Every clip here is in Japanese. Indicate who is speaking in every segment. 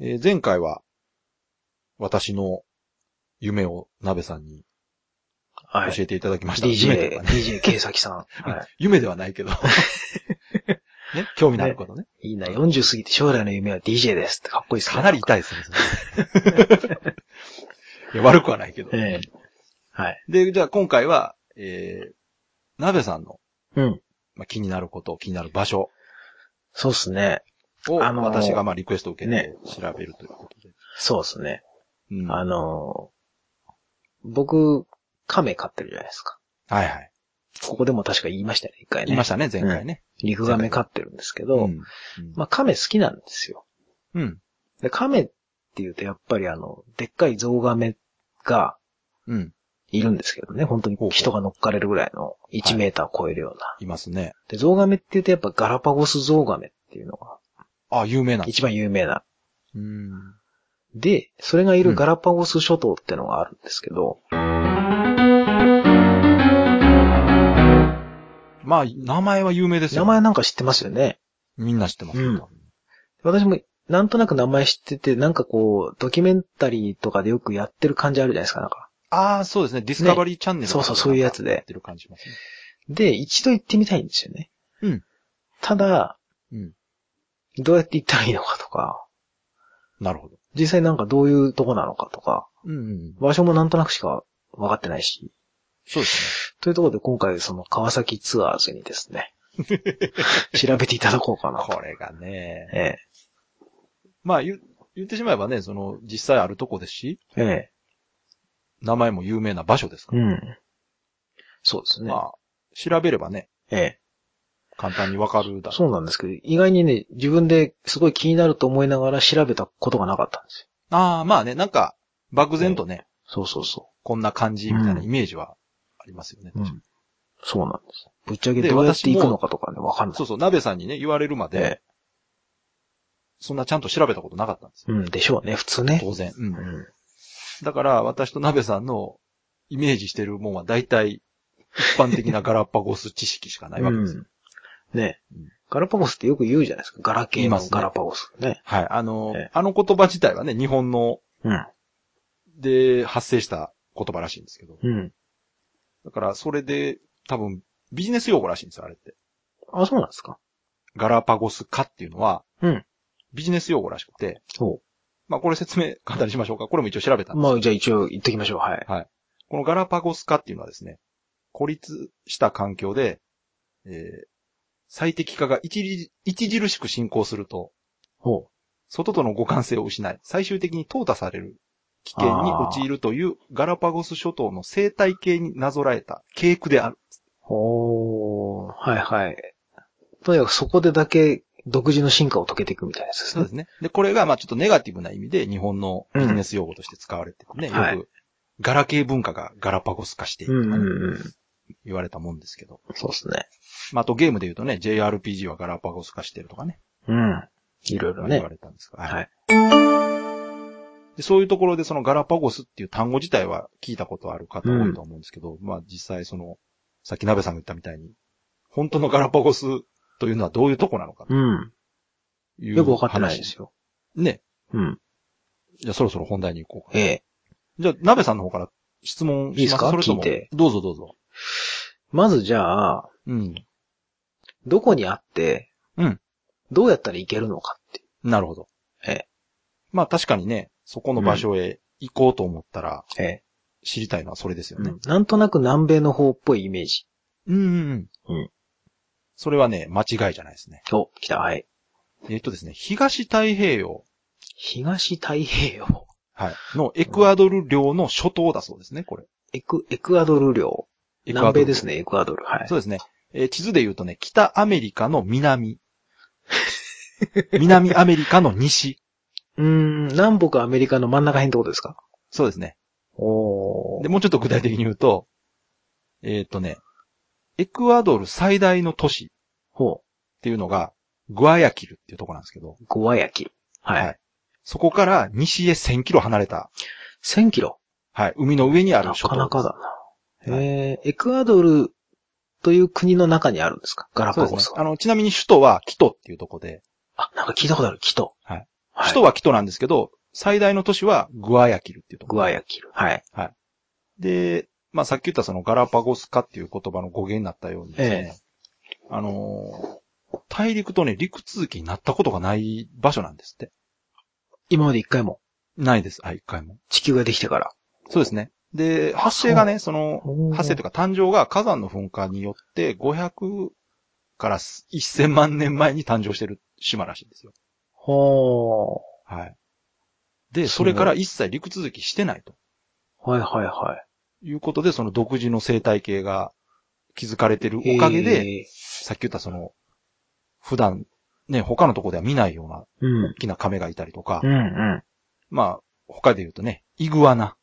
Speaker 1: えー前回は、私の夢を鍋さんに
Speaker 2: はい。
Speaker 1: 教えていただきました。夢という
Speaker 2: DJ、
Speaker 1: かね
Speaker 2: DJ 圭 崎さん。は
Speaker 1: 夢ではないけ ど。ね、興味のあることね。
Speaker 2: い。いいな、40過ぎて将来の夢は DJ ですってかっこいいですね
Speaker 1: かなり。痛いですね。 いや、悪くはないけど。
Speaker 2: ええはい。
Speaker 1: で、じゃあ今回は、えー、鍋さんの、
Speaker 2: うん。
Speaker 1: まあ、気になること、気になる場所
Speaker 2: そうっすね。
Speaker 1: を、
Speaker 2: あのー
Speaker 1: 私がまあリクエストを受けて
Speaker 2: ね
Speaker 1: 調べるということで。
Speaker 2: そうっすね。
Speaker 1: うん
Speaker 2: あのー僕、亀飼ってるじゃないですか。
Speaker 1: はいはい。
Speaker 2: ここでも確か言いましたね、一回ね。
Speaker 1: 言いましたね、前回ね。
Speaker 2: 陸亀飼ってるんですけ
Speaker 1: う
Speaker 2: ど、
Speaker 1: ん。
Speaker 2: まあ亀好きなんですよ。
Speaker 1: うん。
Speaker 2: で、亀っていうとやっぱりあの、でっかいゾウガメが
Speaker 1: うん。
Speaker 2: いるんですけどね、本当に人が乗っかれるぐらいの1メーター超えるような。
Speaker 1: いますね。
Speaker 2: で、ゾウガメって言うとやっぱガラパゴスゾウガメっていうのが
Speaker 1: あ、有名なんです
Speaker 2: 一番有名な。
Speaker 1: うん。
Speaker 2: で、それがいるガラパゴス諸島ってのがあるんですけど、
Speaker 1: まあ、名前は有名ですよ。
Speaker 2: 名前なんか知ってますよね。
Speaker 1: みんな知ってます。
Speaker 2: うん私もなんとなく名前知ってて、なんかこう、ドキュメンタリーとかでよくやってる感じあるじゃないですか、なんか。
Speaker 1: ああ、そうですね。ディスカバリーチャンネル、
Speaker 2: そうそうそういうやつで
Speaker 1: やってる感じしますね。
Speaker 2: で、一度行ってみたいんですよね。
Speaker 1: うん。
Speaker 2: ただ、
Speaker 1: うん。
Speaker 2: どうやって行ったらいいのかとか、
Speaker 1: なるほど。
Speaker 2: 実際なんかどういうとこなのかとか、
Speaker 1: うん、うん。
Speaker 2: 場所もなんとなくしか分かってないし、
Speaker 1: そうです
Speaker 2: というところで今回その川崎ツアーズにで すね、調べていただこうか
Speaker 1: ね。
Speaker 2: なと。
Speaker 1: これがね。
Speaker 2: え
Speaker 1: まあ、言う、言ってしまえばね、その、実際あるとこですし、
Speaker 2: え、え
Speaker 1: 名前も有名な場所ですか
Speaker 2: え、
Speaker 1: ら。
Speaker 2: うん。そうですね。
Speaker 1: まあ、調べればね、
Speaker 2: ええ、
Speaker 1: 簡単にわかるだろう。
Speaker 2: そうなんですけど、意外にね、自分ですごい気になると思いながら調べたことがなかったんですよ。
Speaker 1: ああ、まあね、なんか、漠然とね、
Speaker 2: そうそうそ
Speaker 1: こんな感じみたいな
Speaker 2: うん
Speaker 1: イメージはありますよね。
Speaker 2: う。うん。そうなんです。ぶっちゃけ
Speaker 1: で
Speaker 2: どうやって行くのかとかね、わかんない
Speaker 1: そう。そう、鍋さんにね、言われるまで、
Speaker 2: え
Speaker 1: そんなちゃんと調べたことなかったんですよ。
Speaker 2: えうん、でしょうね、普通ね。
Speaker 1: 当然。う。
Speaker 2: うんん。
Speaker 1: だから、私と鍋さんのイメージしてるもんは大体、一般的なガラパゴス知識しかないわけですよ。
Speaker 2: うん。ね
Speaker 1: うん
Speaker 2: ガラパゴスってよく言うじゃないですか。ガラケー
Speaker 1: 言いま
Speaker 2: の
Speaker 1: すね
Speaker 2: ガラパゴス。ね。
Speaker 1: はい。あの、
Speaker 2: ええ
Speaker 1: あの言葉自体はね、日本の
Speaker 2: うん。
Speaker 1: で発生した言葉らしいんですけど。
Speaker 2: うん。
Speaker 1: だから、それで、多分、ビジネス用語らしいんですよ、あれって。
Speaker 2: あ、そうなんですか。
Speaker 1: ガラパゴス化っていうのは、
Speaker 2: うん
Speaker 1: ビジネス用語らしくて、
Speaker 2: そ
Speaker 1: まあ、これ説明簡単にしましょうか。これも一応調べたんで
Speaker 2: う。
Speaker 1: す。
Speaker 2: まあ、じゃあ一応言っときましょう。はい。
Speaker 1: このガラパゴス化っていうのはですね、孤立した環境で、えー最適化が著著しく進行すると、
Speaker 2: ほ
Speaker 1: 外との互換性を失い、最終的に淘汰される危険に陥るというガラパゴス諸島の生態系になぞらえた景区である。
Speaker 2: う。ほー。はいはい。とにかくそこでだけ独自の進化を遂げていくみたいなやつです
Speaker 1: そう
Speaker 2: ね
Speaker 1: で。すね。で、これが、まあちょっとネガティブな意味で日本のビジネス用語として使われててね、
Speaker 2: うんはい
Speaker 1: よく、ガラケー文化がガラパゴス化してい
Speaker 2: う
Speaker 1: る
Speaker 2: んう
Speaker 1: とかね
Speaker 2: んうん。
Speaker 1: 言われたもんですけど。
Speaker 2: そうですね。
Speaker 1: まああとゲームで言うとね、JRPG はガラパゴス化してるとかね。
Speaker 2: うん。いろいろ
Speaker 1: 言
Speaker 2: ね
Speaker 1: わ。れたんですが。
Speaker 2: はい
Speaker 1: はい。でそういうところでそのガラパゴスっていう単語自体は聞いたことある方多いと思うんですけど、まあ実際その、さっき鍋さんが言ったみたいに、本当のガラパゴスというのはどういうとこなのかと
Speaker 2: うん。
Speaker 1: いう
Speaker 2: よくわかってないですよ。
Speaker 1: 話。ね。
Speaker 2: うん。
Speaker 1: じゃあそろそろ本題に行こうか。
Speaker 2: ええ。
Speaker 1: じゃあ鍋さんの方から質問します
Speaker 2: いいですか
Speaker 1: それとも
Speaker 2: 聞いて
Speaker 1: どうぞどうぞ。
Speaker 2: まずじゃあ、
Speaker 1: うん。
Speaker 2: どこにあって、
Speaker 1: うん。
Speaker 2: どうやったら行けるのかってい
Speaker 1: なるほど。
Speaker 2: ええ
Speaker 1: まあ確かにね、そこの場所へ行こうと思ったら
Speaker 2: う。え
Speaker 1: 知りたいのはそれです
Speaker 2: え
Speaker 1: よね。
Speaker 2: なんとなく南米の方っぽいイメージ。
Speaker 1: うんうんうん。
Speaker 2: うん
Speaker 1: それはね、間違いじゃないですね。
Speaker 2: お、来た。はい。
Speaker 1: えっとですね、東太平洋、
Speaker 2: 東太平洋。
Speaker 1: はい、のエクアドル領の諸島だそうですね、これ。
Speaker 2: エク、エクアドル領。
Speaker 1: エクア
Speaker 2: 南
Speaker 1: ドル
Speaker 2: 米ですね、エクアドル。はい。
Speaker 1: そうですね。えー地図で言うとね、北アメリカの 南。南アメリカの西。
Speaker 2: うーん、南北アメリカの真ん中辺ってことですか
Speaker 1: そうですね。
Speaker 2: お
Speaker 1: で、もうちょっと具体的に言うと、えーっとね、エクアドル最大の都市っ
Speaker 2: ほ
Speaker 1: ていうのが、グアヤキルっていうとこなんですけど、
Speaker 2: う。ゴアヤキル。はい。
Speaker 1: はいそこから西へ1000キロ離れた、
Speaker 2: 1000キロ。
Speaker 1: はい、海の上にあ
Speaker 2: な
Speaker 1: る諸
Speaker 2: か
Speaker 1: 島
Speaker 2: なか
Speaker 1: です。
Speaker 2: だな。えー、エクアドルという国の中にあるんですかガラ
Speaker 1: そう
Speaker 2: パ
Speaker 1: で
Speaker 2: ゴス
Speaker 1: すね。
Speaker 2: は。
Speaker 1: あの、ちなみに首都はキトっていうとこで、
Speaker 2: あ、なんか聞いたことある、キト。
Speaker 1: はい。
Speaker 2: はい。
Speaker 1: 首都はキトなんですけど、最大の都市はグアヤキルっていうとこ
Speaker 2: グアヤキル。はい。
Speaker 1: で、まあさっき言ったそのガラパゴス化っていう言葉の語源になったようにですね、あのー大陸とね、陸続きになったことがない場所なんですって。
Speaker 2: 今まで一回も
Speaker 1: ないです。はい、一回も。
Speaker 2: 地球ができてから。
Speaker 1: そうですね。で、発生がね、その、発生と
Speaker 2: と
Speaker 1: いうか誕生が火山の噴火によって500から1000万年前に誕生してる島らしいんですよ。
Speaker 2: ほ
Speaker 1: はい。で、それから一切陸続きしてないと
Speaker 2: ー。はいはいは
Speaker 1: いうことで、その独自の生態系が築かれてる
Speaker 2: い。
Speaker 1: おかげで、
Speaker 2: え
Speaker 1: さっき言ったその、普段、ね、他のとこでは見ないような
Speaker 2: ー。うん
Speaker 1: 大。きな亀がいたりとか、
Speaker 2: うんうん。
Speaker 1: まあ、他で言うとね、イグアナ。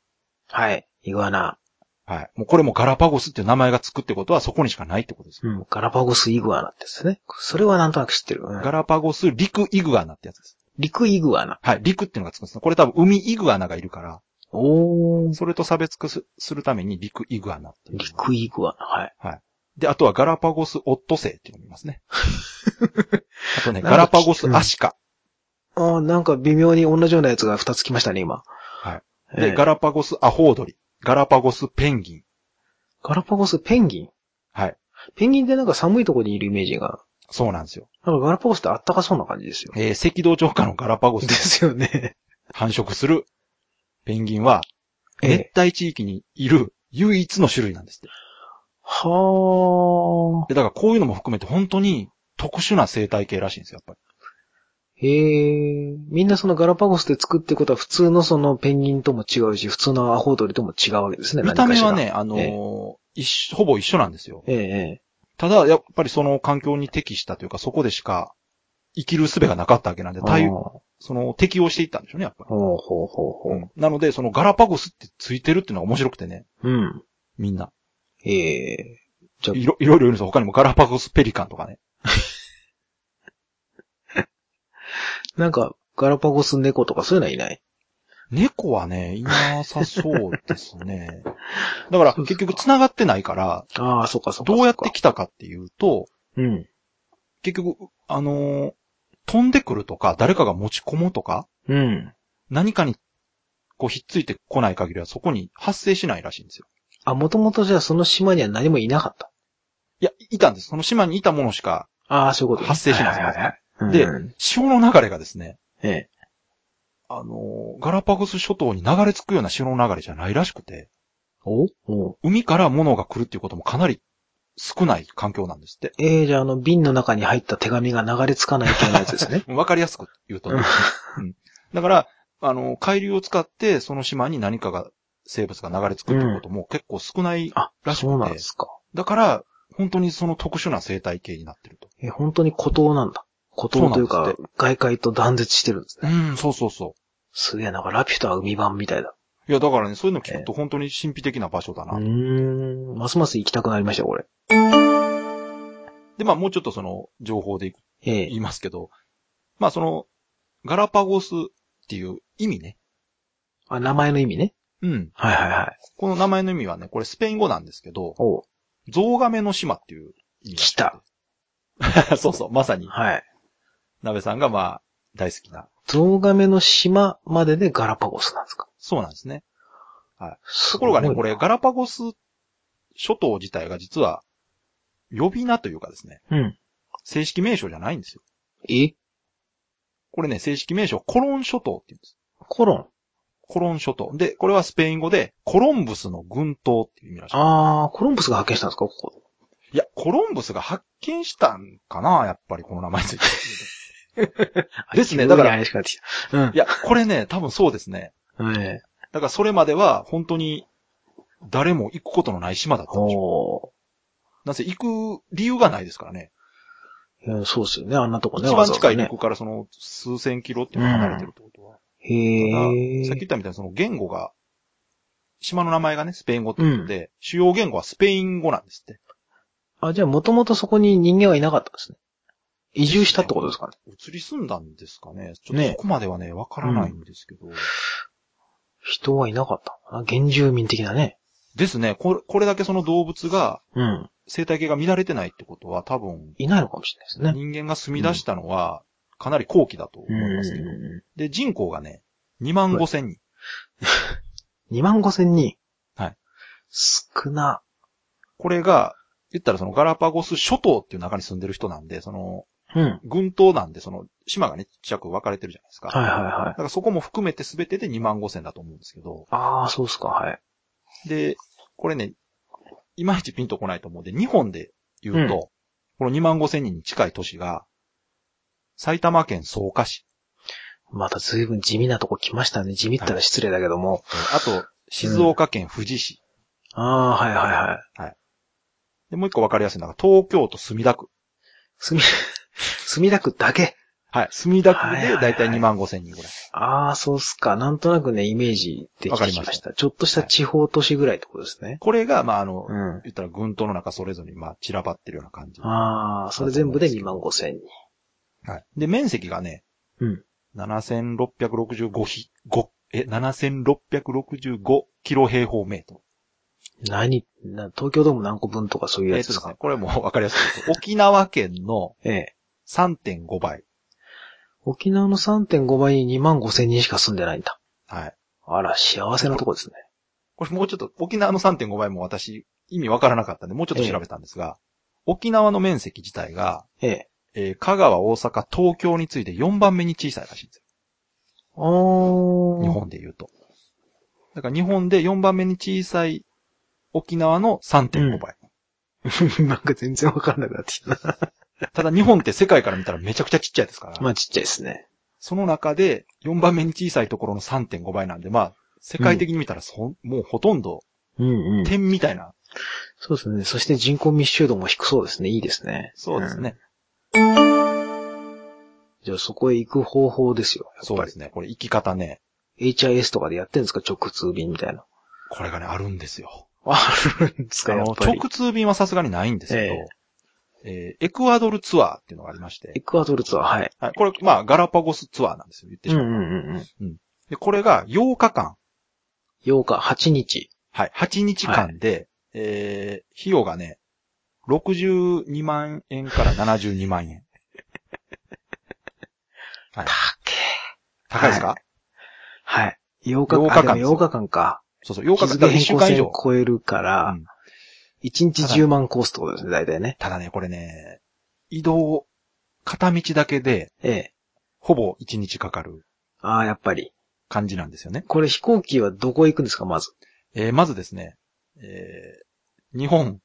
Speaker 2: はい。イグアナ。
Speaker 1: はい。もうこれもガラパゴスっていう名前がつくってことはそこにしかないってことですよ。
Speaker 2: うん。ガラパゴスイグアナですね。それはなんとなく知ってる。うん
Speaker 1: ガラパゴス陸イグアナってやつです。
Speaker 2: 陸イグアナ。
Speaker 1: はい。陸っていうのがつくんですね。これ多分海イグアナがいるから、
Speaker 2: おー。
Speaker 1: それと差別化すするために陸イグアナっていう。
Speaker 2: 陸イグアナ。はい。
Speaker 1: で、あとはガラパゴスオットセイっていうのもいます ね。あとね、
Speaker 2: なんか
Speaker 1: ガラパゴスアシカ。
Speaker 2: あーなんか微妙に同じようなやつが2つ来ましたね、今。
Speaker 1: はい
Speaker 2: えー。
Speaker 1: で、ガラパゴスアホウドリ。ガラパゴスペンギン。
Speaker 2: ガラパゴスペンギン
Speaker 1: はい。
Speaker 2: ペンギンってなんか寒いところにいるイメージが。
Speaker 1: そうなんですよ。
Speaker 2: なんかガラパゴスってあったかそうな感じですよ。
Speaker 1: えー赤道直下のガラパゴス
Speaker 2: で
Speaker 1: です
Speaker 2: よね。
Speaker 1: 繁殖するペンギンは、熱
Speaker 2: え、
Speaker 1: 帯地域にいる唯一の種類なんですって。
Speaker 2: はー。
Speaker 1: で、だからこういうのも含めて本当に特殊な生態系らしいんですよ、やっ
Speaker 2: へー。みんなそのガラパゴスで作ってことは普通のそのペンギンとも違うし、普通のアホウドリとも違うわけです
Speaker 1: ぱ
Speaker 2: ね。
Speaker 1: り。見た目は
Speaker 2: 何かし
Speaker 1: ね、あのー
Speaker 2: え
Speaker 1: 一緒ほぼ一緒なんですよ。
Speaker 2: ら。ええええ
Speaker 1: ただ、やっぱりその環境に適したというか、そこでしか生きる術がなかったわけなんで、対
Speaker 2: あー
Speaker 1: その適応していったんでしょうね、やっぱり。
Speaker 2: ほうほうほうほう。
Speaker 1: なので、そのガラパゴスってついてるっていうのが面白くてね、
Speaker 2: うん。
Speaker 1: みんな。
Speaker 2: ええじゃあ
Speaker 1: いろいろいろいるんですよ。他にもガラパゴスペリカンとかね。
Speaker 2: なんか、ガラパゴス猫とかそういうのはいない。
Speaker 1: 猫はね、いなさそうです ね。だから、
Speaker 2: そうです
Speaker 1: 結
Speaker 2: か
Speaker 1: 局繋がってないから、
Speaker 2: ああ、そうかそうか。
Speaker 1: どうやって来たかっていうと、
Speaker 2: うん。
Speaker 1: 結局、あのー飛んでくるとか、誰かが持ち込むとか、
Speaker 2: うん。
Speaker 1: 何かに、こう、ひっついてこない限りは、そこに発生しないらしいんですよ。
Speaker 2: あ、もともとじゃあその島には何もいなかった。
Speaker 1: いや、いたんです。その島にいたものしか、
Speaker 2: ああ、そういうことね
Speaker 1: 発生します
Speaker 2: はいはいはいはい
Speaker 1: で
Speaker 2: うん
Speaker 1: 潮の流れがですね、
Speaker 2: ええ。
Speaker 1: あのーガラパゴス諸島に流れ着くような潮の流れじゃないらしくて、
Speaker 2: おお
Speaker 1: 海から物が来るっていうこともかなり少ない環境なんですって。。
Speaker 2: ええ、じゃああの瓶の中に入った手紙が流れ着かない系のやつですね
Speaker 1: わかりやすく言うとね、うんだから、あの、海流を使って、その島に何かが、生物が流れ着くってことも結構少ない。
Speaker 2: あ
Speaker 1: ら、しくて
Speaker 2: そうなんですか。
Speaker 1: だから、本当にその特殊な生態系になってると。
Speaker 2: え、本当に孤島なんだ。孤島という
Speaker 1: そうな
Speaker 2: か
Speaker 1: ん、
Speaker 2: 外界と断絶してるんです
Speaker 1: う
Speaker 2: ね。
Speaker 1: ん、そうそうそ
Speaker 2: すげえ、なんかラピュタは海版みたいだ。
Speaker 1: う。いや、だからね、そういうの聞くと本当に神秘的な場所だ
Speaker 2: う
Speaker 1: な。
Speaker 2: ーん。ますます行きたくなりましたよ、これ。
Speaker 1: で、まあ、もうちょっとその、情報でいく
Speaker 2: え
Speaker 1: 言
Speaker 2: え。
Speaker 1: いますけど、まあ、その、ガラパゴスっていう意味ね。
Speaker 2: あ、名前の意味ね。
Speaker 1: うん。
Speaker 2: はいはいはい。
Speaker 1: この名前の意味はね、これスペイン語なんですけど、
Speaker 2: おう
Speaker 1: ゾウガメの島っていう意味。
Speaker 2: 来た。
Speaker 1: そうそう、まさに。
Speaker 2: はい。
Speaker 1: 鍋さんがまあ、大好きな。
Speaker 2: ゾウガメの島まででガラパゴスなんですか。
Speaker 1: そうなんですね。
Speaker 2: す
Speaker 1: とこ
Speaker 2: ごい
Speaker 1: ろ
Speaker 2: な
Speaker 1: がね、これ、ガラパゴス諸島自体が実は、呼び名というかですね、
Speaker 2: うん。
Speaker 1: 正式名称じゃないんですよ。
Speaker 2: え
Speaker 1: これね、正式名称、コロン諸島って言うんです。
Speaker 2: コロン。
Speaker 1: コロン諸島。で、これはスペイン語で、コロンブスの群島っていう意味らしい。
Speaker 2: あー、コロンブスが発見したんですか、ここ。
Speaker 1: いや、コロンブスが発見したんかなやっぱりこの名前ついてる。ですねだから
Speaker 2: 急に怪しくなってきた。うん
Speaker 1: い。や、これね、多分そうですね。
Speaker 2: ええ。
Speaker 1: だからそれまでは、本当に、誰も行くことのない島だったんでしょ
Speaker 2: お
Speaker 1: う。なぜ行く理由がないですからね。
Speaker 2: ーいやそうですよね、あんなとこね。
Speaker 1: 一番近い
Speaker 2: ね。
Speaker 1: 陸からその数千キロっていうのが離れてるってことは。
Speaker 2: へえ。
Speaker 1: さっき言ったみたいにその言語が、島の名前がね、スペイン語ってことで、主要言語はスペイン語なんですって。
Speaker 2: あ、じゃあもともとそこに人間はいなかったんですね。移住したってことですかね。
Speaker 1: 移り住んだんですかね。ちょっと
Speaker 2: ね
Speaker 1: そこまではね、わからないんですけど。
Speaker 2: 人はいなかったのかな。原住民的なね。
Speaker 1: ですねこれ、これだけその動物が、
Speaker 2: うん。
Speaker 1: 生態系が乱れてないってことは多分、
Speaker 2: いないのかもしれないですね。
Speaker 1: 人間が住み出したのは、かなり後期だと
Speaker 2: うん
Speaker 1: 思いますけど。
Speaker 2: う
Speaker 1: で、人口がね、2万5千人。
Speaker 2: ん。2万5千人。
Speaker 1: はい。
Speaker 2: 少な。
Speaker 1: これが、言ったらそのガラパゴス諸島っていう中に住んでる人なんで、その、
Speaker 2: うん。
Speaker 1: 群島なんで、その、島がね、ちっちゃく分かれてるじゃないですか。
Speaker 2: はいはいはい
Speaker 1: だ。からそこも含めて全てで2万5千だと思うんですけど。
Speaker 2: ああ、そうっすか、はい。
Speaker 1: で、これね、いまいちピンとこないと思うんで、日本で言うと、この2万5千人に近い都市が、埼玉県草加市。
Speaker 2: また随分地味なとこ来ましたね。地味ったら失礼だけども。
Speaker 1: あと、静岡県富士市。
Speaker 2: ああー、はいはいはい。
Speaker 1: で、もう一個分かりやすいのが、東京都墨田区。
Speaker 2: 墨、 墨田区だけ。
Speaker 1: はい。墨田区
Speaker 2: はいはい
Speaker 1: で
Speaker 2: はい
Speaker 1: だいたい2万5千人ぐらい。
Speaker 2: ああ、そうっすか。なんとなくね、イメージできてき
Speaker 1: わかり
Speaker 2: ま
Speaker 1: ま
Speaker 2: し。
Speaker 1: した
Speaker 2: ちょっとした地方都市ぐらいってことですね。
Speaker 1: これが、まあ、あの、
Speaker 2: うん。
Speaker 1: 言ったら群島の中それぞれに、まあ、散らばってるような感じ。
Speaker 2: ああ、それ全部で2万5千人。
Speaker 1: はい。で、面積がね、
Speaker 2: うん。
Speaker 1: 7665ひ、5、え、7665キロ平方メートル。
Speaker 2: 何な、東京ドーム何個分とかそういう
Speaker 1: え
Speaker 2: や
Speaker 1: っ
Speaker 2: つ
Speaker 1: とで
Speaker 2: で
Speaker 1: すす
Speaker 2: か
Speaker 1: ね、これもう分かりやすいです。 沖縄県の
Speaker 2: ええ。
Speaker 1: 3.5倍。
Speaker 2: 沖縄の3.5倍に2万5千人しか住んでないんだ。
Speaker 1: はい。
Speaker 2: あら、幸せなとこですね。
Speaker 1: これもうちょっと、沖縄の3.5倍も私、意味分からなかったんで、もうちょっと調べたんですが、沖縄の面積自体が、
Speaker 2: ええ。
Speaker 1: えー香川、大阪、東京に次いで4番目に小さいらしいんですよ。
Speaker 2: あー。
Speaker 1: 日本で言うと。だから日本で4番目に小さい沖縄の3.5倍。
Speaker 2: なんか全然わかんなくなってきたな。
Speaker 1: ただ日本って世界から見たらめちゃくちゃちっちゃいですから、
Speaker 2: まあちっちゃいですね。
Speaker 1: その中で4番目に小さいところの3.5倍なんで、まあ、世界的に見たらそ、ん、もうほとんど
Speaker 2: うんう
Speaker 1: 点みたいな。
Speaker 2: そうですね。そして人口密集度も低そうですね。いいですね。
Speaker 1: そうですね。
Speaker 2: じゃあそこへ行く方法ですよ。や
Speaker 1: そ
Speaker 2: っぱ
Speaker 1: う
Speaker 2: り
Speaker 1: で。すね。これ生き方ね、
Speaker 2: HIS とかでやってんですか直通便みたいな。
Speaker 1: これがね、あるんですよ。
Speaker 2: あるんです
Speaker 1: あ
Speaker 2: かや
Speaker 1: の
Speaker 2: っ、ぱり
Speaker 1: 直。通便はさすがにないんですけど、
Speaker 2: え
Speaker 1: えーエクアドルツアーっていうのがありまして
Speaker 2: エ、クアドルツアー、はい。
Speaker 1: はい、これ、まあ、ガラパゴスツアーなんですよ、言ってしまう。
Speaker 2: んうん。
Speaker 1: で、これが8日間、
Speaker 2: 8日、8日。
Speaker 1: はい。8日間で、えー、費用がね、62万円から72万円。はい
Speaker 2: た。け
Speaker 1: 高いですか、
Speaker 2: はい。8日
Speaker 1: 8日
Speaker 2: 間。
Speaker 1: 間
Speaker 2: あでも8日間か。
Speaker 1: そうそう、8日
Speaker 2: 日
Speaker 1: 間、
Speaker 2: 付
Speaker 1: だから1
Speaker 2: 変
Speaker 1: 週
Speaker 2: 更
Speaker 1: 間以
Speaker 2: 線
Speaker 1: 上
Speaker 2: を。超えるか
Speaker 1: う
Speaker 2: ら
Speaker 1: ん、
Speaker 2: 1日10万コースってことですね、大体ね。
Speaker 1: ただね、これね、移動、片道だけで、
Speaker 2: ええ。
Speaker 1: ほぼ1日かかる
Speaker 2: ああ、やっぱり。
Speaker 1: 感じなんですよね。
Speaker 2: これ飛行機はどこへ行くんですか、まず。
Speaker 1: えー、まずですね、えー、日本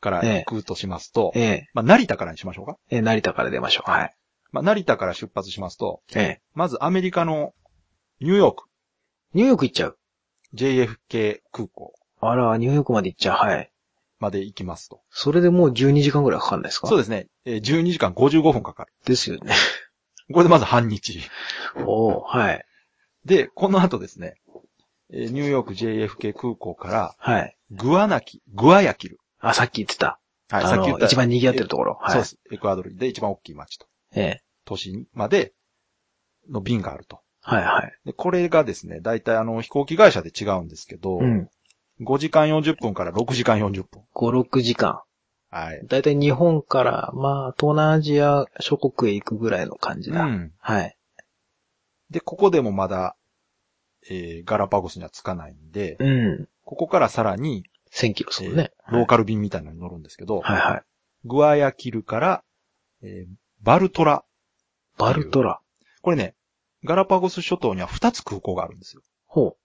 Speaker 1: から行くとしますと、
Speaker 2: ええ。
Speaker 1: まあ、成田からにしましょうか。
Speaker 2: ええ、成田から出ましょう。はい。
Speaker 1: まあ、成田から出発しますと、
Speaker 2: ええ。
Speaker 1: まずアメリカのニューヨーク、
Speaker 2: ニューヨーク行っちゃう。
Speaker 1: JFK 空港
Speaker 2: あら、ニューヨークまで行っちゃう。はい。
Speaker 1: まで行きますと。
Speaker 2: それでもう12時間ぐらいかかんないですか
Speaker 1: そう
Speaker 2: う
Speaker 1: ですね。えー12時間55分かかる。
Speaker 2: ですよね。
Speaker 1: これでまず半日。
Speaker 2: おおはい。
Speaker 1: で、この後ですね、えーニューヨーク JFK 空港から、
Speaker 2: はい。
Speaker 1: グアナキ、グアヤキル。
Speaker 2: あ、さっき言ってた。
Speaker 1: はい、
Speaker 2: あ
Speaker 1: さっき言
Speaker 2: の、
Speaker 1: った。
Speaker 2: 一番賑わってるところ。はい。
Speaker 1: そうです。エクアドルで一番大きい町と。
Speaker 2: ええ。
Speaker 1: 都心までの便があると。
Speaker 2: はいはい。
Speaker 1: で、これがですね、大体あの、飛行機会社で違うんですけど、
Speaker 2: うん。
Speaker 1: 5時間40分から6時間40分。
Speaker 2: 5、6時間。
Speaker 1: はい。
Speaker 2: だいたい日本から、まあ、東南アジア諸国へ行くぐらいの感じ
Speaker 1: う
Speaker 2: だ。
Speaker 1: ん。
Speaker 2: はい。
Speaker 1: で、ここでもまだ、えーガラパゴスには着かないんで、
Speaker 2: うん。
Speaker 1: ここからさらに、
Speaker 2: 1000キロ、そうね。
Speaker 1: ローカル便みたいなのに乗るんですけど、
Speaker 2: はいはい。
Speaker 1: グアヤキルから、えーバルトラ。
Speaker 2: バルトラ。
Speaker 1: これね、ガラパゴス諸島には2つ空港があるんですよ。
Speaker 2: ほ。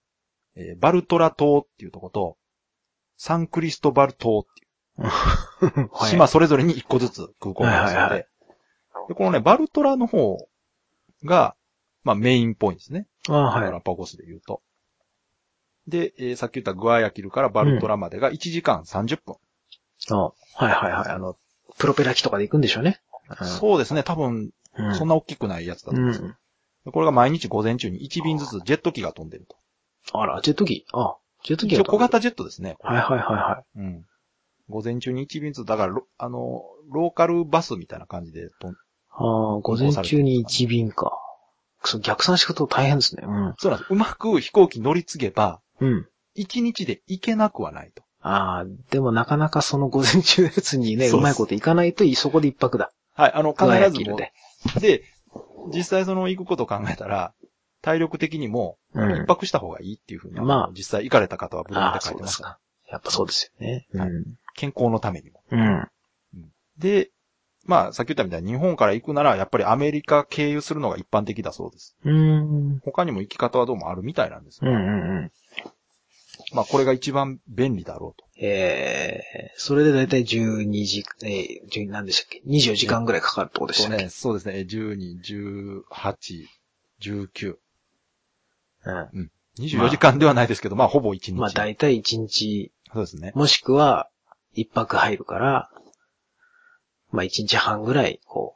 Speaker 1: えーバルトラ島っていうとこと、サンクリストバル島っていう う、島それぞれに1個ずつ空港があるんですよ、
Speaker 2: はいはいは
Speaker 1: で、このね、バルトラの方が、まあメインっぽいんですね。
Speaker 2: あはい。
Speaker 1: ガラパゴスで言うと。で、えーさっき言ったグアヤキルからバルトラまでが1時間30分。
Speaker 2: あはいはいはい。あの、プロペラ機とかで行くんでしょうね。
Speaker 1: そうですね、多分、
Speaker 2: うん。
Speaker 1: そん
Speaker 2: な。
Speaker 1: な大きくないやつだと
Speaker 2: う
Speaker 1: 思います。
Speaker 2: ん。
Speaker 1: これが毎日午前中に1便ずつジェット機が飛んでると。
Speaker 2: あら、ジェット機。あジェット機
Speaker 1: 一
Speaker 2: が
Speaker 1: 応小型ジェットですね。これ
Speaker 2: はいはいはいはい。
Speaker 1: うん。午前中に1便ずつ、だからロ、あの、ローカルバスみたいな感じで飛ん
Speaker 2: ああ、午前中に1便か。そう、逆算していくと大変ですね。うん。
Speaker 1: そうなんです。うまく飛行機乗り継げば、
Speaker 2: うん。
Speaker 1: 1日で行けなくはないと。
Speaker 2: ああ、でもなかなかその午前中のやつにね、
Speaker 1: そううです
Speaker 2: まいこといかないといい、そこで一泊だ。
Speaker 1: はい、あの、必
Speaker 2: 輝
Speaker 1: ず
Speaker 2: きる
Speaker 1: も
Speaker 2: で。
Speaker 1: う。で、実際その行くことを考えたら、体力的にも
Speaker 2: うん
Speaker 1: 一泊した方がいいっていうふうに、
Speaker 2: まあ
Speaker 1: 実際行かれた方はブログ
Speaker 2: あ
Speaker 1: で
Speaker 2: あ、
Speaker 1: 書い
Speaker 2: そう
Speaker 1: て
Speaker 2: で
Speaker 1: まし
Speaker 2: す
Speaker 1: た。
Speaker 2: か。やっぱそうですよね。
Speaker 1: はい健康のためにも。
Speaker 2: うん。うん。
Speaker 1: で、まあ、さっき言ったみたいに日本から行くなら、やっぱりアメリカ経由するのが一般的だそうです。
Speaker 2: うん。
Speaker 1: 他にも行き方はどうもあるみたいなんです
Speaker 2: うんう
Speaker 1: が、
Speaker 2: んうん。
Speaker 1: まあ、これが一番便利だろうと。
Speaker 2: ええそれでだいたい12時、えー、1何でしたっけ ?24 時間ぐらいかかるってことでし
Speaker 1: そう
Speaker 2: たっけ、
Speaker 1: ね、そうですね、12、18、19、24時間ではないですけど、まあ、ほぼ1
Speaker 2: う
Speaker 1: 日。
Speaker 2: ん。まあだいたい1日、
Speaker 1: そうですね。
Speaker 2: もしくは1泊入るから、まあ1日半ぐらい、こ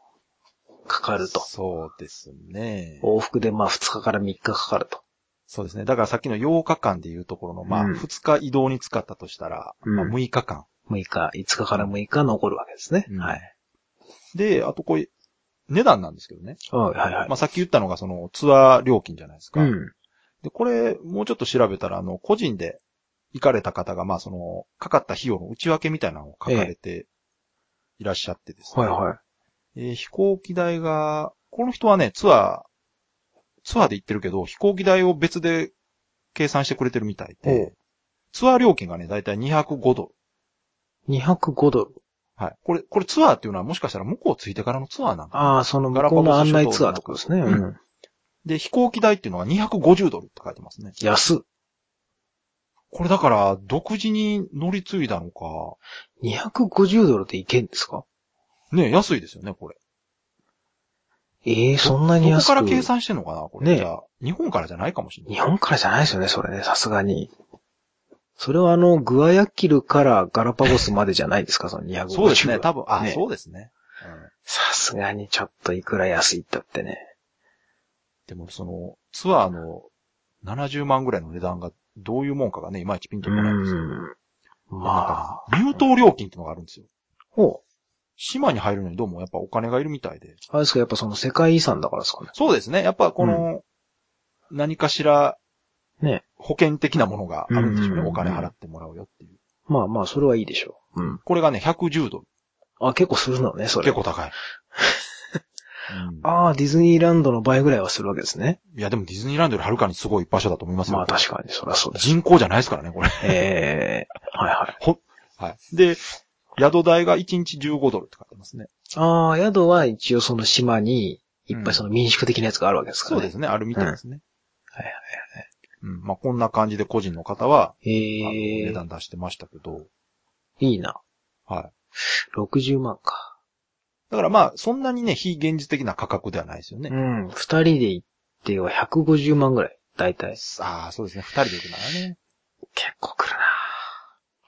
Speaker 2: う、かかると。
Speaker 1: そうですね。
Speaker 2: 往復でまあ2日から3日かかると。
Speaker 1: そうですね。だからさっきの8日間でいうところの、まあ、
Speaker 2: うん
Speaker 1: 2日移動に使ったとしたら、
Speaker 2: うん
Speaker 1: まあ6日間。
Speaker 2: 6日、5日から6日残るわけですね。
Speaker 1: うん
Speaker 2: はい。
Speaker 1: で、あとこれ、値段なんですけどね。
Speaker 2: はいはいはい。
Speaker 1: まあ、さっき言ったのがそのツアー料金じゃないですか。
Speaker 2: うん。
Speaker 1: で、これ、もうちょっと調べたら、あの、個人で行かれた方が、まあ、その、かかった費用の内訳みたいなのを書かれていらっしゃってですね。
Speaker 2: はいはい。
Speaker 1: えー飛行機代が、この人はね、ツアー、ツアーで行ってるけど、飛行機代を別で計算してくれてるみたい
Speaker 2: お
Speaker 1: で
Speaker 2: う、
Speaker 1: ツアー料金がね、だいたい205ドル。
Speaker 2: 205ドル。
Speaker 1: はい。これ、これツアーっていうのはもしかしたら向こうついてからのツアーなんかな
Speaker 2: ああ、その向こうの案内ツアーとかですね。
Speaker 1: ガラパゴス諸島
Speaker 2: うん。
Speaker 1: で、飛行機代っていうのが250ドルって書いてますね。
Speaker 2: 安っ。
Speaker 1: これだから、独自に乗り継いだのか、
Speaker 2: 250ドルでいけんですか
Speaker 1: ね、安いですよね、これ。
Speaker 2: ええそんなに
Speaker 1: どこ
Speaker 2: 安く。
Speaker 1: から計算してんのかな、これ。
Speaker 2: ね
Speaker 1: じゃあ、日本からじゃないかもしれない。
Speaker 2: 日本からじゃないですよね、それね、さすがに。それはあの、グアヤキルからガラパゴスまでじゃないですか、その250ドル。
Speaker 1: そうですね、多分、あ、
Speaker 2: ね
Speaker 1: そうですね。うん
Speaker 2: さすがにちょっといくら安いったってね。
Speaker 1: でも、その、ツアーの70万ぐらいの値段がどういうもんかがね、いまいちピンと
Speaker 2: う
Speaker 1: こないんですけど、
Speaker 2: ん。まあ。
Speaker 1: 入島料金ってのがあるんですよ。
Speaker 2: お
Speaker 1: 島に入るのにどうもやっぱお金がいるみたいで。
Speaker 2: あれですか、やっぱその世界遺産だからですかね。
Speaker 1: そうですね、やっぱこの、何かしら、
Speaker 2: ね。
Speaker 1: 保険的なものがあるんでしょうね、
Speaker 2: うん
Speaker 1: お金払ってもらうよっていう。
Speaker 2: まあまあ、それはいいでしょう。うん。
Speaker 1: これがね、110ドル。
Speaker 2: あ、結構するのね、それ。
Speaker 1: 結構 高い。うん
Speaker 2: ああ、ディズニーランドの倍ぐらいはするわけですね。
Speaker 1: いや、でもディズニーランドよりはるかにすごい場所だと思いますよ。
Speaker 2: まあ確かに、そりゃそうです。
Speaker 1: 人口じゃないですからね、これ。
Speaker 2: ええはいはい。
Speaker 1: はい。で、宿代が1日15ドルって書いてますね。
Speaker 2: ああ、宿は一応その島に、いっぱ
Speaker 1: うん
Speaker 2: いその民宿的なやつがあるわけですから
Speaker 1: そう
Speaker 2: ね。
Speaker 1: ですね、あるみたいですね。
Speaker 2: うんはいは
Speaker 1: は
Speaker 2: い
Speaker 1: い。うん、まあこんな感じで個人の方は、あの
Speaker 2: ええ
Speaker 1: 値段出してましたけど、
Speaker 2: いいな。
Speaker 1: はい。
Speaker 2: 60万か。
Speaker 1: だからまあ、そんなにね、非現実的な価格ではないですよね。
Speaker 2: うん。二人で行っては150万ぐらい。だいたい。
Speaker 1: ああ、そうですね、二人で行くならね。
Speaker 2: 結構来る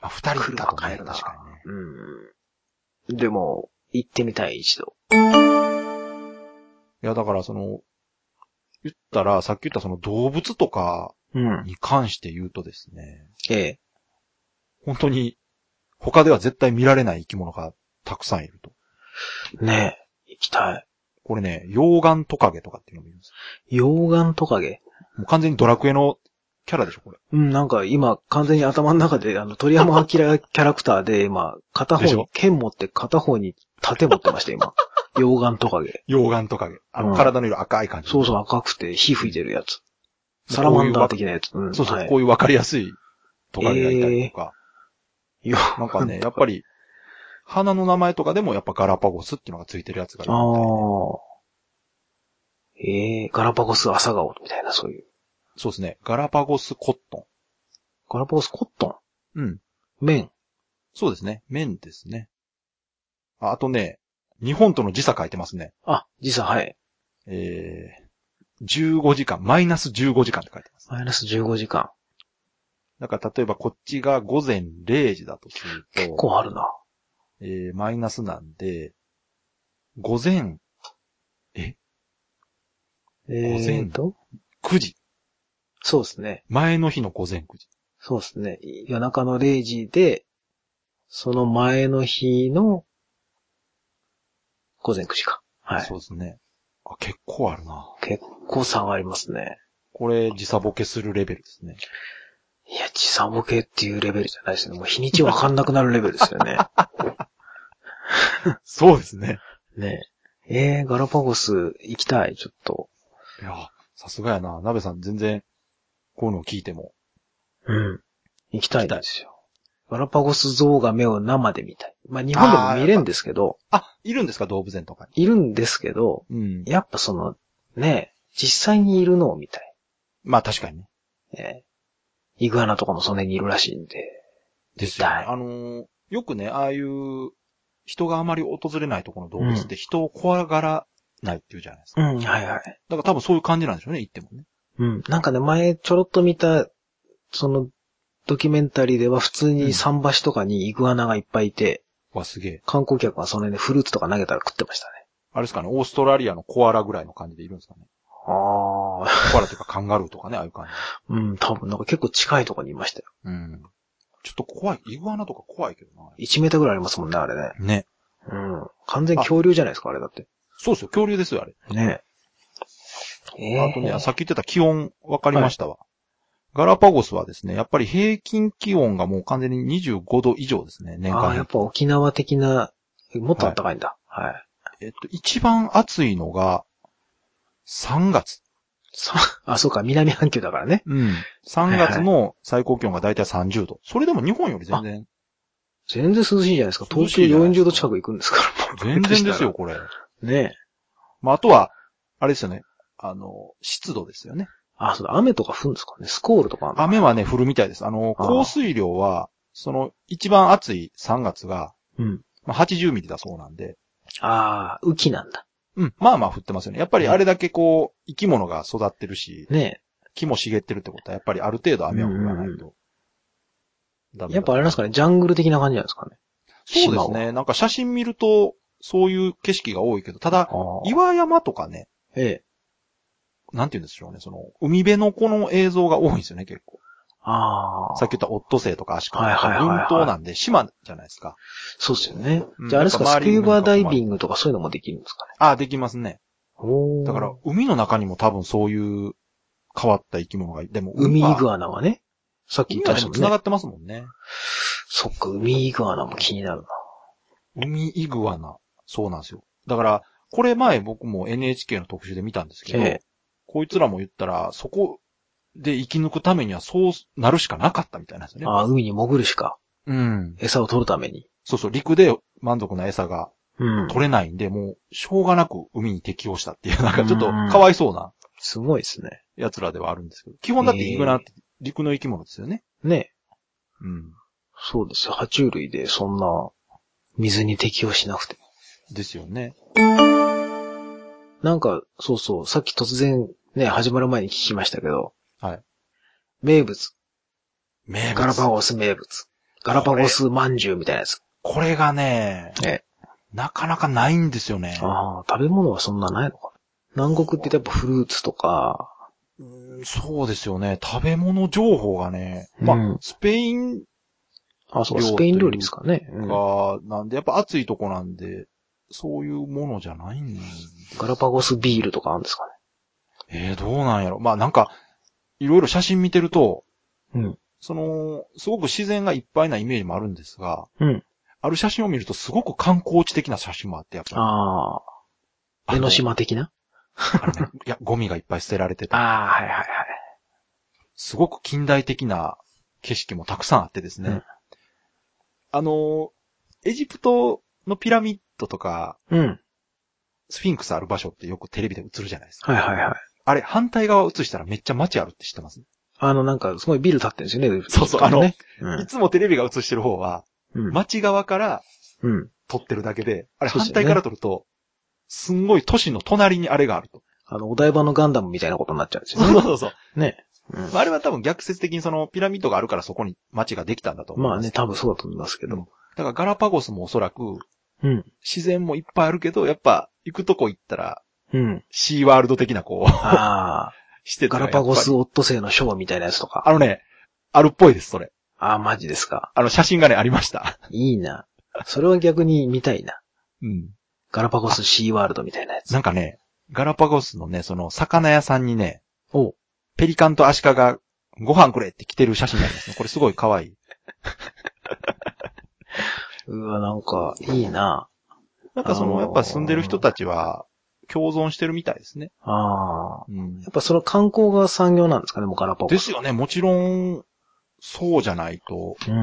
Speaker 1: あ、二人だと
Speaker 2: 車
Speaker 1: ね
Speaker 2: 買え、るな
Speaker 1: 確かにね。
Speaker 2: なうん。でも、行ってみたい、一度。
Speaker 1: いや、だからその、言ったら、さっき言ったその動物とか
Speaker 2: うん。
Speaker 1: に関して言うとですね、
Speaker 2: ええ
Speaker 1: 本当に、他では絶対見られない生き物がたくさんいると。
Speaker 2: ねえ。行きたい。
Speaker 1: これね、溶岩トカゲとかっていうのもいるんですよ
Speaker 2: 溶岩トカゲ。
Speaker 1: もう完全にドラクエのキャラでしょ、これ。
Speaker 2: うん、なんか今、完全に頭の中で、あの、鳥山明キャラクタ ーで、今、片方
Speaker 1: でし
Speaker 2: に
Speaker 1: ょ
Speaker 2: 剣持って、片方に盾持ってまし た、今。溶岩トカゲ。
Speaker 1: 溶岩トカゲ。あの、
Speaker 2: うん
Speaker 1: 体の色赤い感じ。
Speaker 2: そう
Speaker 1: そ
Speaker 2: そう、赤くて、火吹いてるやつ。サラマンダー的なやつ。う
Speaker 1: う。
Speaker 2: ん、
Speaker 1: そうそう、
Speaker 2: はい
Speaker 1: こういうわかりやすいトカゲがいたりとか。
Speaker 2: よ
Speaker 1: なんか ね、やっぱり、花の名前とかでもやっぱガラパゴスっていうのがついてるやつがいるみたいで。
Speaker 2: ああ。ええガラパゴス朝顔みたいな、そういう。
Speaker 1: そうですね。ガラパゴスコット
Speaker 2: ガラパゴスコット
Speaker 1: ン。うん。
Speaker 2: ン麺。
Speaker 1: そうですね。麺ですね。ああとね、日本との時差書いてますね。
Speaker 2: あ、時差、はい。
Speaker 1: えー、15時間、マイナス15時間って書いてます。
Speaker 2: マイナス15時間。
Speaker 1: だから例えばこっちが午前0時だとすると。
Speaker 2: 結構あるな。
Speaker 1: えー、マイナスなんで、午前
Speaker 2: えーと。
Speaker 1: 9時。
Speaker 2: そうですね。
Speaker 1: 前の日の午前9時。
Speaker 2: そうですね。夜中の0時で、その前の日の、午前9時か。はい。
Speaker 1: そうですね。あ、結構あるな。
Speaker 2: 結構差がありますね。
Speaker 1: これ、時差ボケするレベルですね。
Speaker 2: いや、時差ボケっていうレベルじゃないですね。もう日にちわかんなくなるレベルですよね。
Speaker 1: そうですね。
Speaker 2: ねえー、ガラパゴス行きたい、ちょっと。
Speaker 1: いや、さすがやな。鍋さん全然、こういうのを聞いても。
Speaker 2: うん。行きたいんですよ。ガラパゴス像が目を生で見たい。まあ日本でも見れるんですけど、
Speaker 1: あ、いるんですか動物園とかに。
Speaker 2: いるんですけど、
Speaker 1: うん。
Speaker 2: やっぱその、ね、実際にいるのを見たい。
Speaker 1: まあ確かにね。
Speaker 2: えーイグアナとかもその辺にいるらしいんで。
Speaker 1: ですよね
Speaker 2: 見たい
Speaker 1: あのーよくね、ああいう、人があまり訪れないところの動物って人を怖がらないっていうじゃないですか。
Speaker 2: うん、はい
Speaker 1: だ
Speaker 2: はい。
Speaker 1: から多分そういう感じなんでしょうね、行ってもね。
Speaker 2: うん。なんかね、前ちょろっと見た、その、ドキュメンタリーでは普通
Speaker 1: うん
Speaker 2: に桟橋とかにイグアナがいっぱいいて、
Speaker 1: わ、すげえ。
Speaker 2: 観光客はその辺でフルーツとか投げたら食ってましたね。
Speaker 1: あれですかね、オーストラリアのコアラぐらいの感じでいるんですかね。
Speaker 2: ああ。
Speaker 1: コアラというかカンガルーとかね、ああいう感じ。
Speaker 2: うん、多分なんか結構近いとこにいましたよ。
Speaker 1: うん。ちょっと怖い。イグアナとか怖いけど
Speaker 2: 1メーターぐらいありますもんね、あれね。
Speaker 1: な。ね。
Speaker 2: うん。完全恐竜じゃないですか、あれだって。
Speaker 1: そうですよ、恐竜ですよ、あれ。
Speaker 2: ねえ。えー
Speaker 1: あとね、さっき言ってた気温、わかりましたわ。ガラパゴスはですね、やっぱり平均気温がもう完全に25度以上ですね、年
Speaker 2: ああ、や
Speaker 1: 間
Speaker 2: っ。ぱ沖縄的な、もっと暖かいんだ。はい。
Speaker 1: えっと、一番暑いのが、3月。
Speaker 2: さあ、そうか、南半球だからね。
Speaker 1: うん。3月の最高気温がだいたい30度。それでも日本より全然、
Speaker 2: 全然涼しいじゃないですか。東京
Speaker 1: 涼しいじゃないですか
Speaker 2: 40度近く行くんですから。
Speaker 1: 全然ですよ、。これ。
Speaker 2: ねえ。
Speaker 1: まあ、あとは、あれですよね。あの、湿度ですよね。
Speaker 2: あ、そうだ、雨とか降るんですかね。スコールとかあんの
Speaker 1: 雨はね、降るみたいです。あの、
Speaker 2: ああ
Speaker 1: 降水量は、その、一番暑い3月が、
Speaker 2: うん。
Speaker 1: まあ、80ミリだそうなんで、
Speaker 2: ああ、雨季なんだ。
Speaker 1: うん。まあまあ降ってますよね。やっぱりあれだけこう、生き物が育ってるし、
Speaker 2: ね
Speaker 1: 木も茂ってるってことは、やっぱりある程度雨を降らないと。ダメ
Speaker 2: え。
Speaker 1: だ
Speaker 2: やっぱあれなんですかね、ジャングル的な感じなんですかね。
Speaker 1: そうで
Speaker 2: 島
Speaker 1: す
Speaker 2: は
Speaker 1: ね。なんか写真見ると、そういう景色が多いけど、ただ、
Speaker 2: ああ。
Speaker 1: 岩山とかね、
Speaker 2: ええ。
Speaker 1: なんて言うんでしょうね、その、海辺のこの映像が多いんですよね、結構。
Speaker 2: ああ。
Speaker 1: さっき言ったオットセイとかアシカと
Speaker 2: はいはいはいは
Speaker 1: か、
Speaker 2: い
Speaker 1: 群島なんで島じゃないですか。
Speaker 2: そうですよね
Speaker 1: うん。
Speaker 2: じゃああれですか、
Speaker 1: なん
Speaker 2: ス
Speaker 1: か
Speaker 2: キ
Speaker 1: 周り
Speaker 2: ュ
Speaker 1: に
Speaker 2: ーバーダイビングとかそういうのもできるんですかね。
Speaker 1: ああ、できますね。
Speaker 2: お
Speaker 1: だから、、海の中にも多分そういう変わった生き物がいでも、
Speaker 2: 海イ
Speaker 1: ア。
Speaker 2: グアナはね。さっき
Speaker 1: 海
Speaker 2: 言って
Speaker 1: は
Speaker 2: ま
Speaker 1: で
Speaker 2: した
Speaker 1: も
Speaker 2: もん
Speaker 1: 繋が
Speaker 2: ね。
Speaker 1: ってますもんね。
Speaker 2: そっか、海イグアナも気になるな。
Speaker 1: 海イグアナ。そうなんですよ。だから、これ前僕も NHK の特集で見たんですけど、
Speaker 2: ええ
Speaker 1: こいつらも言ったら、そこで生き抜くためにはそうなるしかなかったみたいなんですよね。
Speaker 2: ああ、海に潜るしか。
Speaker 1: うん。
Speaker 2: 餌を取るために。
Speaker 1: そうそう、陸で満足な餌が
Speaker 2: うん
Speaker 1: 取れないんで、もう、しょうがなく海に適応したっていう、なんかちょっと
Speaker 2: うん
Speaker 1: かわいそうな
Speaker 2: すごいですね。
Speaker 1: 奴らではあるんですけど。基本だってイグアナって陸の生き物ですよね。
Speaker 2: ね。
Speaker 1: うん。
Speaker 2: そうですよ。爬虫類でそんな水に適応しなくても。
Speaker 1: ですよね。
Speaker 2: なんか、そうそう、さっき突然ね、始まる前に聞きましたけど。
Speaker 1: はい。
Speaker 2: 名物。
Speaker 1: 名
Speaker 2: ガラパ
Speaker 1: ゴ。
Speaker 2: ゴス名物。ガラパゴスまんじゅうみたいなやつ。
Speaker 1: これがね、
Speaker 2: ええ
Speaker 1: なかなかないんですよね。
Speaker 2: ああ、食べ物はそんなないのかな。南国ってやっぱフルーツとか、
Speaker 1: うーんそうですよね。食べ物情報がね、まあ、
Speaker 2: うん
Speaker 1: スペイン
Speaker 2: あそう
Speaker 1: 料という
Speaker 2: か、ス
Speaker 1: か
Speaker 2: ペイン料理ですかね。うん
Speaker 1: が、なんで、やっぱ暑いとこなんで、そういうものじゃないん
Speaker 2: ガラパゴスビールとかあるんですかね。
Speaker 1: えー、どうなんやろ。まあなんか、いろいろ写真見てると、
Speaker 2: うん
Speaker 1: その、すごく自然がいっぱいなイメージもあるんですが、
Speaker 2: うん
Speaker 1: ある写真を見るとすごく観光地的な写真もあって、やっぱ
Speaker 2: ああ、
Speaker 1: り。
Speaker 2: 江ノ
Speaker 1: あ
Speaker 2: 島的な
Speaker 1: の。 あのねいや、ゴミがいっぱい捨てられて
Speaker 2: あ
Speaker 1: た。
Speaker 2: あ、はいはいはい。
Speaker 1: すごく近代的な景色もたくさんあってですね。
Speaker 2: うん
Speaker 1: あの、エジプトのピラミッドとか、
Speaker 2: うん。
Speaker 1: スフィンクスある場所ってよくテレビで映るじゃないですか。
Speaker 2: はいはいはい。
Speaker 1: あれ、反対側映したらめっちゃ街あるって知ってます、
Speaker 2: あの、なんか、すごいビル建ってるんですよね。
Speaker 1: そうそう
Speaker 2: きっとね。
Speaker 1: いつもテレビが映してる方は、
Speaker 2: うん。
Speaker 1: 街側から
Speaker 2: うん。
Speaker 1: 撮ってるだけで、あれ
Speaker 2: そうで
Speaker 1: 反
Speaker 2: すよね
Speaker 1: 対から撮ると、すんごい都市の隣にあれがあると。
Speaker 2: あの、お台場のガンダムみたいなことになっちゃうんです
Speaker 1: そ
Speaker 2: よ
Speaker 1: う
Speaker 2: ね。
Speaker 1: そうそう。
Speaker 2: ね。うん
Speaker 1: まああれは多分逆説的にそのピラミッドがあるからそこに街ができたんだと思う。
Speaker 2: まあね、。多分そうだと思いますけど。
Speaker 1: だからガラパゴスもおそらく
Speaker 2: うん。
Speaker 1: 自然もいっぱいあるけど、やっぱ行くとこ行ったら
Speaker 2: うん。
Speaker 1: シーワールド的なこう、
Speaker 2: ああ、
Speaker 1: してたら
Speaker 2: ガラ
Speaker 1: やっぱ
Speaker 2: パ
Speaker 1: り
Speaker 2: ゴスオットセイのショーみたいなやつとか。
Speaker 1: あのね、あるっぽいです、それ。
Speaker 2: ああ、マジですか。
Speaker 1: あの写真がね、ありました。
Speaker 2: いいな。それは逆に見たいな。
Speaker 1: うん。
Speaker 2: ガラパゴスシーワールドみたいなやつ
Speaker 1: な。んかね、ガラパゴスのね、その魚屋さんにね、
Speaker 2: おう
Speaker 1: ペリカンとアシカがご飯くれって来てる写真がありますね。これすごい可愛い。
Speaker 2: うわ、なんか、いいな。
Speaker 1: なんかそ
Speaker 2: あ
Speaker 1: の、
Speaker 2: ー
Speaker 1: やっぱ住んでる人たちは共存してるみたいですね。
Speaker 2: ああ。
Speaker 1: うん
Speaker 2: やっぱその観光が産業なんですかね、もうガラパゴス。
Speaker 1: ですよね。もちろん、そうじゃないと。
Speaker 2: うん。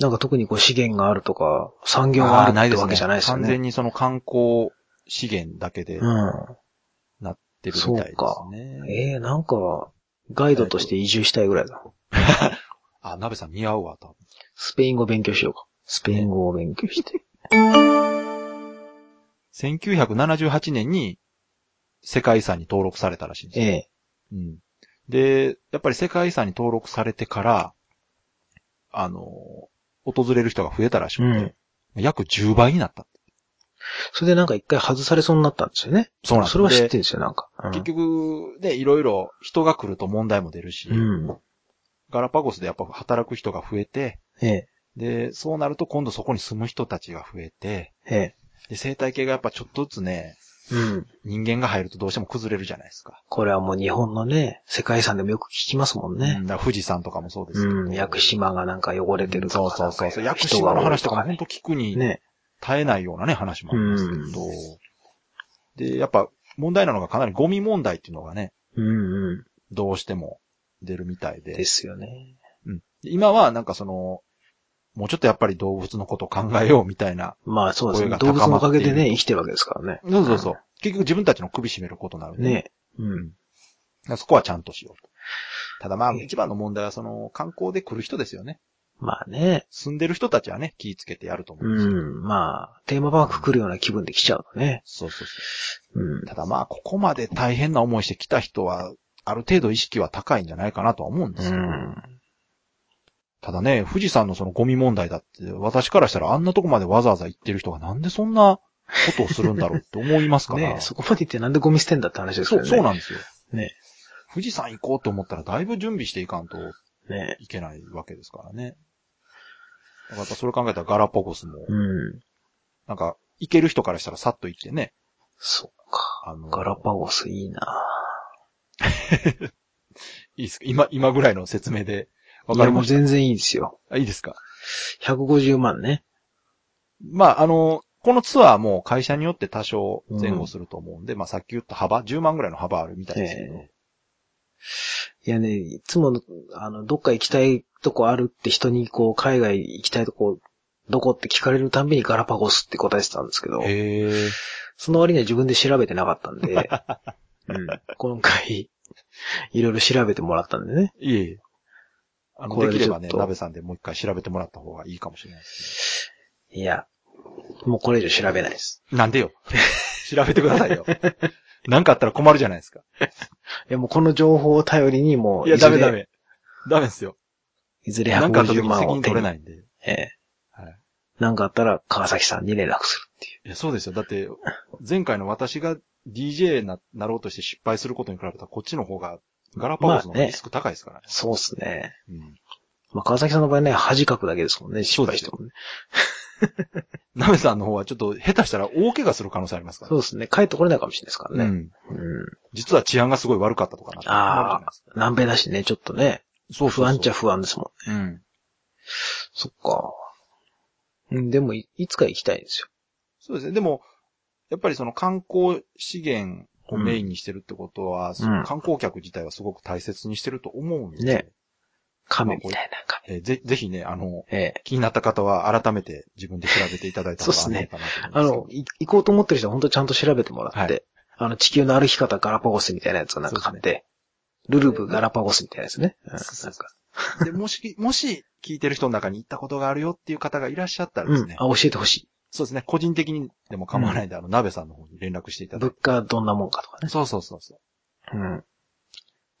Speaker 2: なんか特にこう資源があるとか、産業があるってわけじゃないですよ
Speaker 1: 完
Speaker 2: ね。
Speaker 1: 全にその観光資源だけでなってるみたいです
Speaker 2: うん。
Speaker 1: ね。
Speaker 2: ええなんか、ガイドとして移住したいぐらいだ。
Speaker 1: あ、鍋さん似合うわ、多分。
Speaker 2: スペイン語勉強しようか。スペイン語を勉強 して。
Speaker 1: 1978年に世界遺産に登録されたらしいんですよ
Speaker 2: ええ。
Speaker 1: うん。で、やっぱり世界遺産に登録されてから、あの、訪れる人が増えたらしくて、約10倍になった。
Speaker 2: それでなんか一回外されそうになったんですよね。
Speaker 1: そうなんです
Speaker 2: それは知って
Speaker 1: で
Speaker 2: るんですよ、なんか。うん
Speaker 1: 結局、ね、いろいろ人が来ると問題も出るし、
Speaker 2: うん。
Speaker 1: ガラパゴスでやっぱ働く人が増えて、
Speaker 2: ええ。
Speaker 1: で、そうなると今度そこに住む人たちが増えて、
Speaker 2: ええ。
Speaker 1: で、生態系がやっぱちょっとずつね、
Speaker 2: うん。
Speaker 1: 人間が入るとどうしても崩れるじゃないですか。
Speaker 2: これはもう日本のね、世界遺産でもよく聞きますもん
Speaker 1: う
Speaker 2: ね。
Speaker 1: んだから富士山とかもそうですけど。
Speaker 2: うん。屋久島がなんか汚れてる
Speaker 1: そ
Speaker 2: と
Speaker 1: う
Speaker 2: か。
Speaker 1: そうそうそう。
Speaker 2: な
Speaker 1: 屋
Speaker 2: んか
Speaker 1: 久
Speaker 2: 人
Speaker 1: 島
Speaker 2: が
Speaker 1: の
Speaker 2: 多い
Speaker 1: 話
Speaker 2: と
Speaker 1: とか
Speaker 2: か
Speaker 1: も
Speaker 2: ね
Speaker 1: 本。当聞くに
Speaker 2: ね。
Speaker 1: 絶えないようなね、話もありますけど、で、やっぱ問題なのがかなりゴミ問題っていうのがね、
Speaker 2: うんうん。
Speaker 1: どうしても出るみたいで。
Speaker 2: ですよね。
Speaker 1: うん、で今はなんかその、もうちょっとやっぱり動物のことを考えようみたいな。
Speaker 2: まあそうですね。
Speaker 1: 声
Speaker 2: 動
Speaker 1: が
Speaker 2: 物
Speaker 1: 高
Speaker 2: の
Speaker 1: ま
Speaker 2: お
Speaker 1: ってい
Speaker 2: か
Speaker 1: る
Speaker 2: げでね、生きてるわけですからね。
Speaker 1: そうそうそう。結局自分たちの首絞めることになるんで、
Speaker 2: ね。うん。
Speaker 1: だからそこはちゃんとしようと。ただまあ、一番の問題はその、観光で来る人ですよね。
Speaker 2: まあね。
Speaker 1: 住んでる人たちはね、気ぃつけてやると思うんです
Speaker 2: う
Speaker 1: けど。
Speaker 2: ん。まあ、テーマパーク来るような気分で来ちゃうのね。
Speaker 1: そうそうそう
Speaker 2: うん。
Speaker 1: ただまあ、ここまで大変な思いしてきた人は、ある程度意識は高いんじゃないかなとは思うんで
Speaker 2: う
Speaker 1: すけど、
Speaker 2: ん。
Speaker 1: ただね、富士山のそのゴミ問題だって、私からしたらあんなとこまでわざわざ行ってる人がなんでそんなことをするんだろうって思いますから。
Speaker 2: ねそこまで行ってなんでゴミ捨てんだって話ですけ
Speaker 1: そ
Speaker 2: ど
Speaker 1: う、
Speaker 2: ね。
Speaker 1: そうなんですよ。
Speaker 2: ね。
Speaker 1: 富士山行こうと思ったらだいぶ準備していかんと
Speaker 2: ね。
Speaker 1: いけないわけですからね。だからやっぱそれ考えたらガラパゴスも、
Speaker 2: うん。
Speaker 1: なんか、行ける人からしたらさっと行ってね。
Speaker 2: そっか。
Speaker 1: あの、
Speaker 2: ガラパゴスいいない
Speaker 1: いですか今、今ぐらいの説明で。わ
Speaker 2: い
Speaker 1: かり
Speaker 2: や、も
Speaker 1: ま
Speaker 2: う
Speaker 1: した
Speaker 2: 全然いいですよ。
Speaker 1: あいいですか
Speaker 2: 150万ね。
Speaker 1: まあ、あの、このツアーも会社によって多少前後すると思うんで、まあさっき言った幅、10万ぐらいの幅あるみたいですけど。
Speaker 2: えいやね、いつもの、あの、どっか行きたいとこあるって人に、こう、海外行きたいとこ、どこって聞かれるたんびにガラパゴスって答えてたんですけど、
Speaker 1: へえ。
Speaker 2: その割には自分で調べてなかったん で、うん、今回、いろいろ調べてもらったんでね。
Speaker 1: いえいえ。あの、
Speaker 2: これ
Speaker 1: で
Speaker 2: で
Speaker 1: きればね、
Speaker 2: ちょっと
Speaker 1: 鍋さんでもう一回調べてもらった方がいいかもしれないです
Speaker 2: いや、もうこれ以上調べないです。
Speaker 1: ね。なんでよ。 調べてくださいよ。なんかあったら困るじゃないですか。
Speaker 2: いや、もうこの情報を頼りに、もう
Speaker 1: い
Speaker 2: い
Speaker 1: や、
Speaker 2: ず
Speaker 1: ダ
Speaker 2: れ、
Speaker 1: メダメ。ダメですよ。
Speaker 2: いずれ
Speaker 1: なんかあった時
Speaker 2: 150
Speaker 1: に
Speaker 2: 万
Speaker 1: 責
Speaker 2: を
Speaker 1: 任
Speaker 2: 手
Speaker 1: 取れ
Speaker 2: に、
Speaker 1: ないんで。
Speaker 2: ええ
Speaker 1: はい
Speaker 2: なんかあったら川崎さんに連絡するっていう。
Speaker 1: いや、そうですよ。だって、前回の私が DJ な、なろうとして失敗することに比べたら、こっちの方が、ガラパゴスの方
Speaker 2: まあ
Speaker 1: が
Speaker 2: ね
Speaker 1: リスク高いですからね。
Speaker 2: そうっすね。
Speaker 1: うん。
Speaker 2: まあ、川崎さんの場合ね、恥かくだけですもんね、失敗してもね。
Speaker 1: 鍋さんの方はちょっと下手したら大怪我する可能性ありますから
Speaker 2: そうですね。帰ってこれないかもしれないですから
Speaker 1: う
Speaker 2: ね。
Speaker 1: ん。
Speaker 2: うん。
Speaker 1: 実は治安がすごい悪かったとかなってなるじゃない
Speaker 2: ああ
Speaker 1: ですか。、
Speaker 2: 南米だしね、ちょっとね。
Speaker 1: そうそうそう
Speaker 2: 不安っちゃ不安ですもん。
Speaker 1: うん。
Speaker 2: そっか。うん、でもい、いつか行きたいんですよ。
Speaker 1: そうですね。でも、やっぱりその観光資源をメインにしてるってことは、その観光客自体はすごく大切にしてると思うんで、
Speaker 2: ね亀みたいな亀。
Speaker 1: えーぜぜひね、あの、
Speaker 2: ええ。
Speaker 1: 気になった方は改めて自分で調べていただいた方が
Speaker 2: そう
Speaker 1: い
Speaker 2: で
Speaker 1: い
Speaker 2: す
Speaker 1: の
Speaker 2: ね
Speaker 1: かなと思います。
Speaker 2: あの、い行こうと思ってる人は本当ちゃんと調べてもらって、
Speaker 1: はい
Speaker 2: あの、地球の歩き方ガラパゴスみたいなやつをなんか買って、ルルブガラパゴスみたいなやつね。うん、なん
Speaker 1: そうそう
Speaker 2: か。
Speaker 1: で、もし、 もし聞いてる人の中に行ったことがあるよっていう方がいらっしゃったらで
Speaker 2: う
Speaker 1: す
Speaker 2: ん。
Speaker 1: ね
Speaker 2: あ、、教えてほし
Speaker 1: そうですね、個人的にでも構わないんで、あの、鍋さんの方に連絡してい
Speaker 2: い。
Speaker 1: ただい
Speaker 2: 物
Speaker 1: て。
Speaker 2: 価どんなもんかとかね。
Speaker 1: そうそうそうそう。
Speaker 2: うん。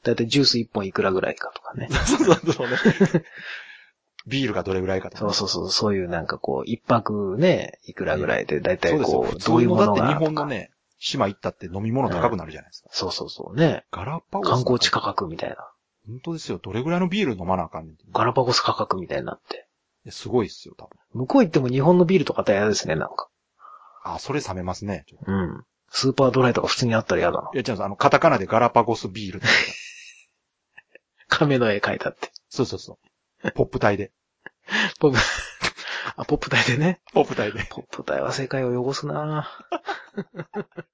Speaker 2: だいたいジュース1本いくらぐらいかとかね。
Speaker 1: そうそうそうね。 ビールがどれぐらいかとか
Speaker 2: そ
Speaker 1: ね、
Speaker 2: うそうそう、そういうなんかこう、一泊ね、いくらぐらいで、だいたいこ
Speaker 1: そう
Speaker 2: う、
Speaker 1: です
Speaker 2: ど
Speaker 1: よ。
Speaker 2: う
Speaker 1: 普
Speaker 2: い
Speaker 1: 通のだ
Speaker 2: うも
Speaker 1: っ
Speaker 2: の
Speaker 1: て
Speaker 2: が。
Speaker 1: 日本の。ね、島行ったって飲み物高くなるじゃないですか。
Speaker 2: そうそうそうね。
Speaker 1: ガラパゴス。
Speaker 2: 観光地価。格みたいな。
Speaker 1: 本当ですよ。どれぐらいのビール飲まなあかんねんって。
Speaker 2: ガラパゴス価格みたいになって。
Speaker 1: いやすごいっすよ、多分。
Speaker 2: 向こう行っても日本のビールとか大嫌ですね、なんか。
Speaker 1: あ、それ冷めますね。ちょっと
Speaker 2: うん。スーパードライとか普通にあったら嫌だな。
Speaker 1: いや、ちゃんあの、カタカナでガラパゴスビールって書いてある
Speaker 2: 亀の絵描いたって。
Speaker 1: そうそうそう。ポップ体で。
Speaker 2: ポップ あ、ポップ隊でね。
Speaker 1: ポップ隊で。
Speaker 2: ポップ隊は世界を汚すなぁ